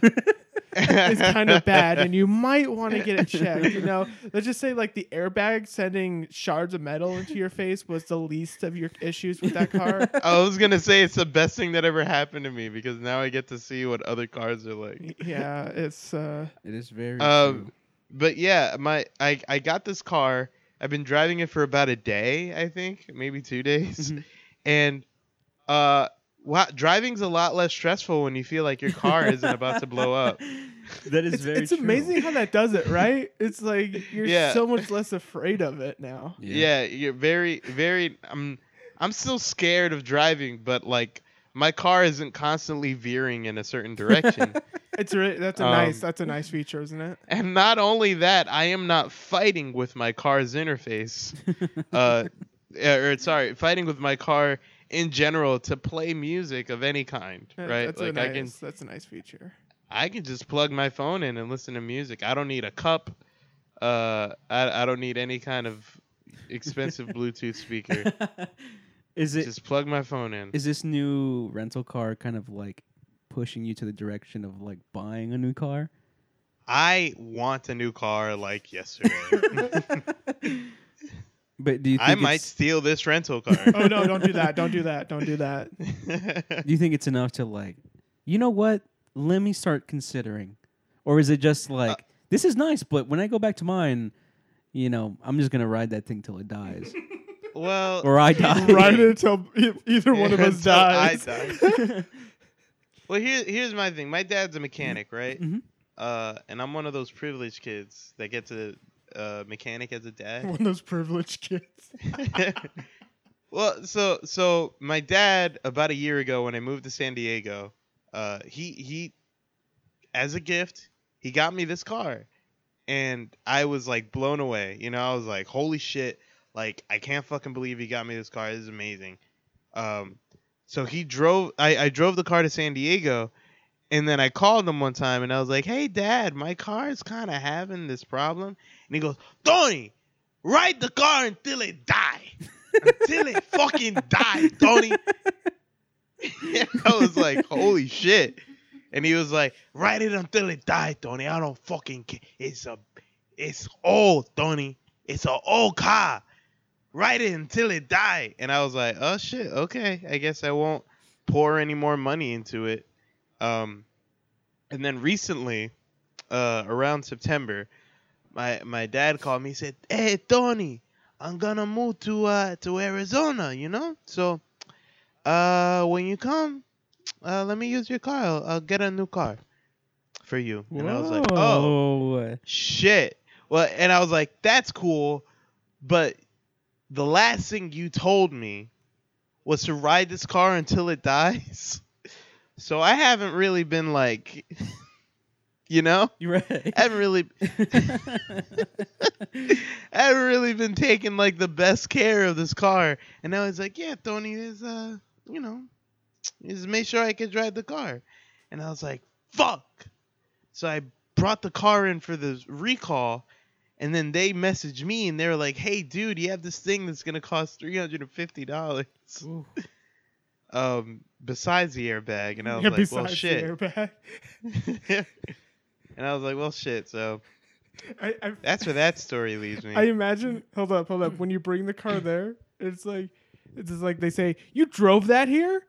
is kind of bad, and you might want to get it checked. You know, let's just say like the airbag sending shards of metal into your face was the least of your issues with that car. I was gonna say it's the best thing that ever happened to me because now I get to see what other cars are like. yeah, it's uh, It is very. Um, but yeah, my I I got this car. I've been driving it for about a day, I think, maybe two days, Mm-hmm. Mhm. and uh, wa- driving's a lot less stressful when you feel like your car isn't about to blow up. That is it's, very. it's true. amazing how that does it, right? It's like you're Yeah. so much less afraid of it now. Yeah, you're very very. I'm I'm still scared of driving, but like my car isn't constantly veering in a certain direction. It's re- that's a Um, nice that's a nice feature, isn't it? And not only that, I am not fighting with my car's interface. uh, er, or sorry, fighting with my car in general to play music of any kind, Yeah, right? That's a like nice, I can that's a nice feature. I can just plug my phone in and listen to music. I don't need a cup. Uh, I I don't need any kind of expensive Bluetooth speaker. is it is just plug my phone in. this new rental car kind of like pushing you to the direction of like buying a new car? I want a new car like yesterday. But do you think I might it's- steal this rental car. Oh no! Don't do that! Don't do that! Don't do that! do you think it's enough to like, you know what? Let me start considering, or is it Uh, just like this is nice, but when I go back to mine, you know, I'm just gonna ride that thing till it dies, well, or I die. Ride it until e- either one of us Until I dies. die. well, here, here's my thing. My dad's a mechanic, right? Mhm. Uh, and I'm one of those privileged kids that gets a uh, mechanic as a dad. one of those privileged kids. well, so so my dad about a year ago when I moved to San Diego, uh, he he, as a gift, he got me this car, and I was like blown away. You know, I was like, holy shit! Like I can't fucking believe he got me this car. This is amazing. Um, so he drove. I I drove the car to San Diego. And then I called him one time and I was like, "Hey, Dad, my car is kind of having this problem." And he goes, "Tony, ride the car until it die." till it fucking died, Tony. I was like, holy shit. And he was like, write it until it died, Tony. I don't fucking care. It's a it's old, Tony. It's an old car. Write it until it died. And I was like, oh shit, okay. I guess I won't pour any more money into it. Um and then recently, uh around September, my my dad called me, he said, Hey Tony, I'm gonna move to uh to Arizona, you know. So, uh, when you come, uh, let me use your car. I'll, I'll get a new car for you. And I was like, oh Whoa. shit. Well, and I was like, that's cool, but the last thing you told me was to ride this car until it dies. So I haven't really been like, you know, you're right. I haven't really I haven't really been taking like the best care of this car. And now it's like, yeah, Tony is uh, you know, just make sure I can drive the car. And I was like, fuck. So I brought the car in for the recall, and then they messaged me and they were like, hey, dude, you have this thing that's gonna cost three hundred and fifty dollars. Ooh. Um, besides the airbag, and I was Yeah, like, well, besides the shit. airbag. and I was like, well, shit. So I, I, that's where that story leads me. I imagine. Hold up, hold up. When you bring the car there, it's like, it's just like they say, "You drove that here."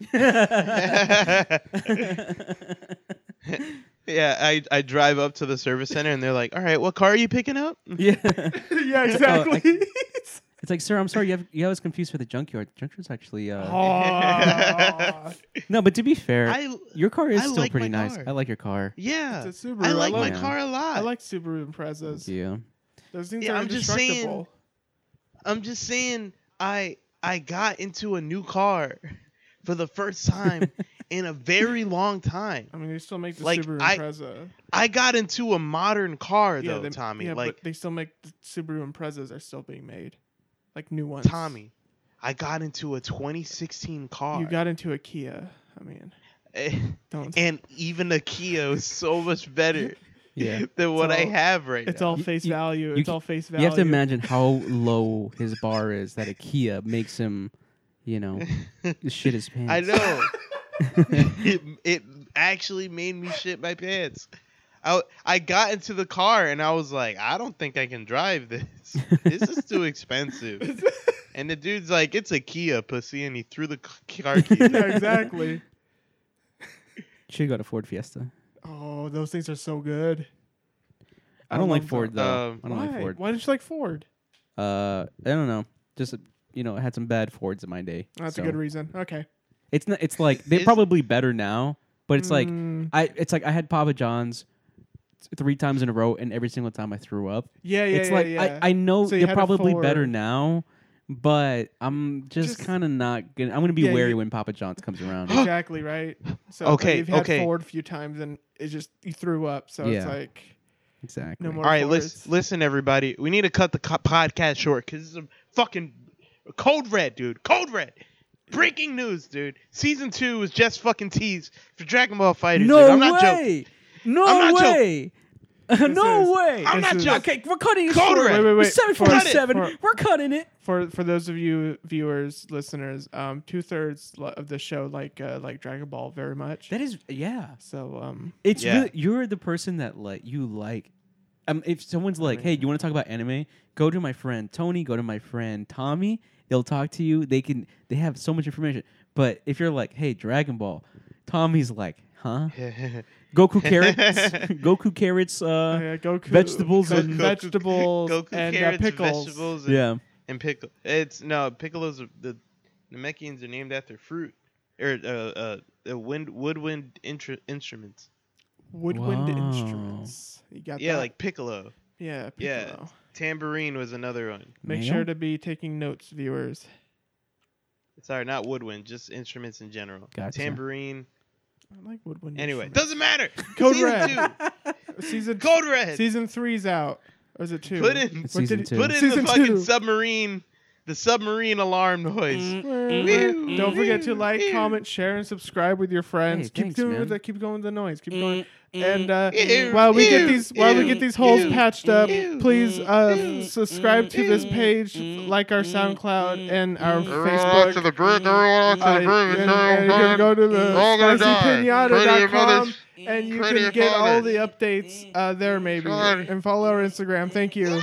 yeah, I, I drive up to the service center and they're like, "All right, what car are you picking up?" yeah. yeah, exactly. It's like, sir, I'm sorry. You have you always confused for the junkyard. The junkyard's actually uh, Aw. no. But to be fair, Oh. I your car is I still like pretty my nice. car. I like your car. yeah, It's a Subaru. I like I my like, Yeah. car a lot. I like Subaru Imprezas. Yeah. Those things Yeah, are I'm just saying- indestructible. I'm just saying, I I got into a new car for the first time in a very long time. I mean, they still make the Like, Subaru I- Impreza. I got into a modern car though, they, Tommy. yeah, like but they still make the Subaru Imprezas are still being made, like new ones. Tommy, I got into a 2016 car. you got into a Kia. I mean, don't. and even a Kia is so much better Yeah. than what I all- have right it's now. all You- face you- value. It's ca- all face value. You have to imagine how low his bar is that a Kia makes him, you know, shit his pants. I know. it, it actually made me shit my pants. I, I got into the car and I was like, I don't think I can drive this. This is too expensive. And the dude's like, it's a Kia pussy, and he threw the c- car keys. yeah, at me. exactly. Should go to Ford Fiesta. Oh, those things are so good. I I don't like love Ford though. Um, I don't Why? like Ford. Why did you like Ford? Uh, I don't know. Just you know, I had some bad Fords in my day. Oh, That's so. a good reason. Okay. It's not. It's like they're Is- probably better now, but it's like Mm. I. It's like I had Papa John's three times in a row, and every single time I threw up. Yeah, yeah, it's yeah, like yeah. I, I know So you they're had a probably better Ford. now, but I'm just, Just- kind of not gonna. I'm gonna be Yeah, wary you- when Papa John's comes around. exactly right. So like, Okay, you've had okay. Ford a few times and it just you threw up. So Yeah. it's like exactly. no more. All right, Fords. listen, listen, everybody. We need to cut the co- podcast short because it's a fucking cold red, dude. Cold red. Breaking news, dude. Season two was just fucking teased for Dragon Ball Fighters. No dude. I'm not joking. way! No I'm not joking. way! no is- way! I'm not This is- joking. Okay, we're cutting it Code short. red. Wait, wait, wait. It's seven For- forty-seven. For- We're cutting it. for for those of you viewers, listeners, um, two thirds of the show like uh, like Dragon Ball very much. That is, yeah. So um, It's Yeah. really, you're the person that like you like um, if someone's like, "Hey, you want to talk about anime? Go to my friend Tony. Go to my friend Tommy. They'll talk to you. They can. They have so much information. But if you're like, "Hey, Dragon Ball," Tommy's like, "Huh? Goku carrots. Goku carrots. Oh, Uh, yeah, Goku, vegetables Goku- and- vegetables Goku and uh, carrots, pickles. vegetables, and, yeah, and pickle. It's no piccolos. are- The Namekians are named after fruit or uh, uh, uh, wind woodwind intru- instruments. Woodwind Wow. instruments. You got Yeah, that? like piccolo. yeah, yeah. piccolo. Tambourine was another one. Make Male? sure to be taking notes, viewers. Sorry, not woodwind, just instruments in general. Gotcha. Tambourine. I like woodwind. Anyway, instruments. doesn't matter. Code Season Red. two. season Code Red. season three's out, or is it two? Put in, It's season did- two. put in Season the fucking two. submarine, the submarine alarm noise. Mm, Don't forget to mm, like, mm. comment, share, and subscribe with your friends. Hey, keep thanks, doing man. with the, keep going with the noise. Keep going. Mm, And uh, Ew, while we get ew, these while we ew, get these holes ew, patched up, ew, please uh, ew, subscribe to this ew, page, like our SoundCloud and our Everyone to Facebook. the brick, everyone to Uh, the brick, and, and you can go to the We're all gonna die. Pretty spicypinata.com mothers- and you pretty can get all fathers. the updates uh, there maybe Sorry. and follow our Instagram. Thank you.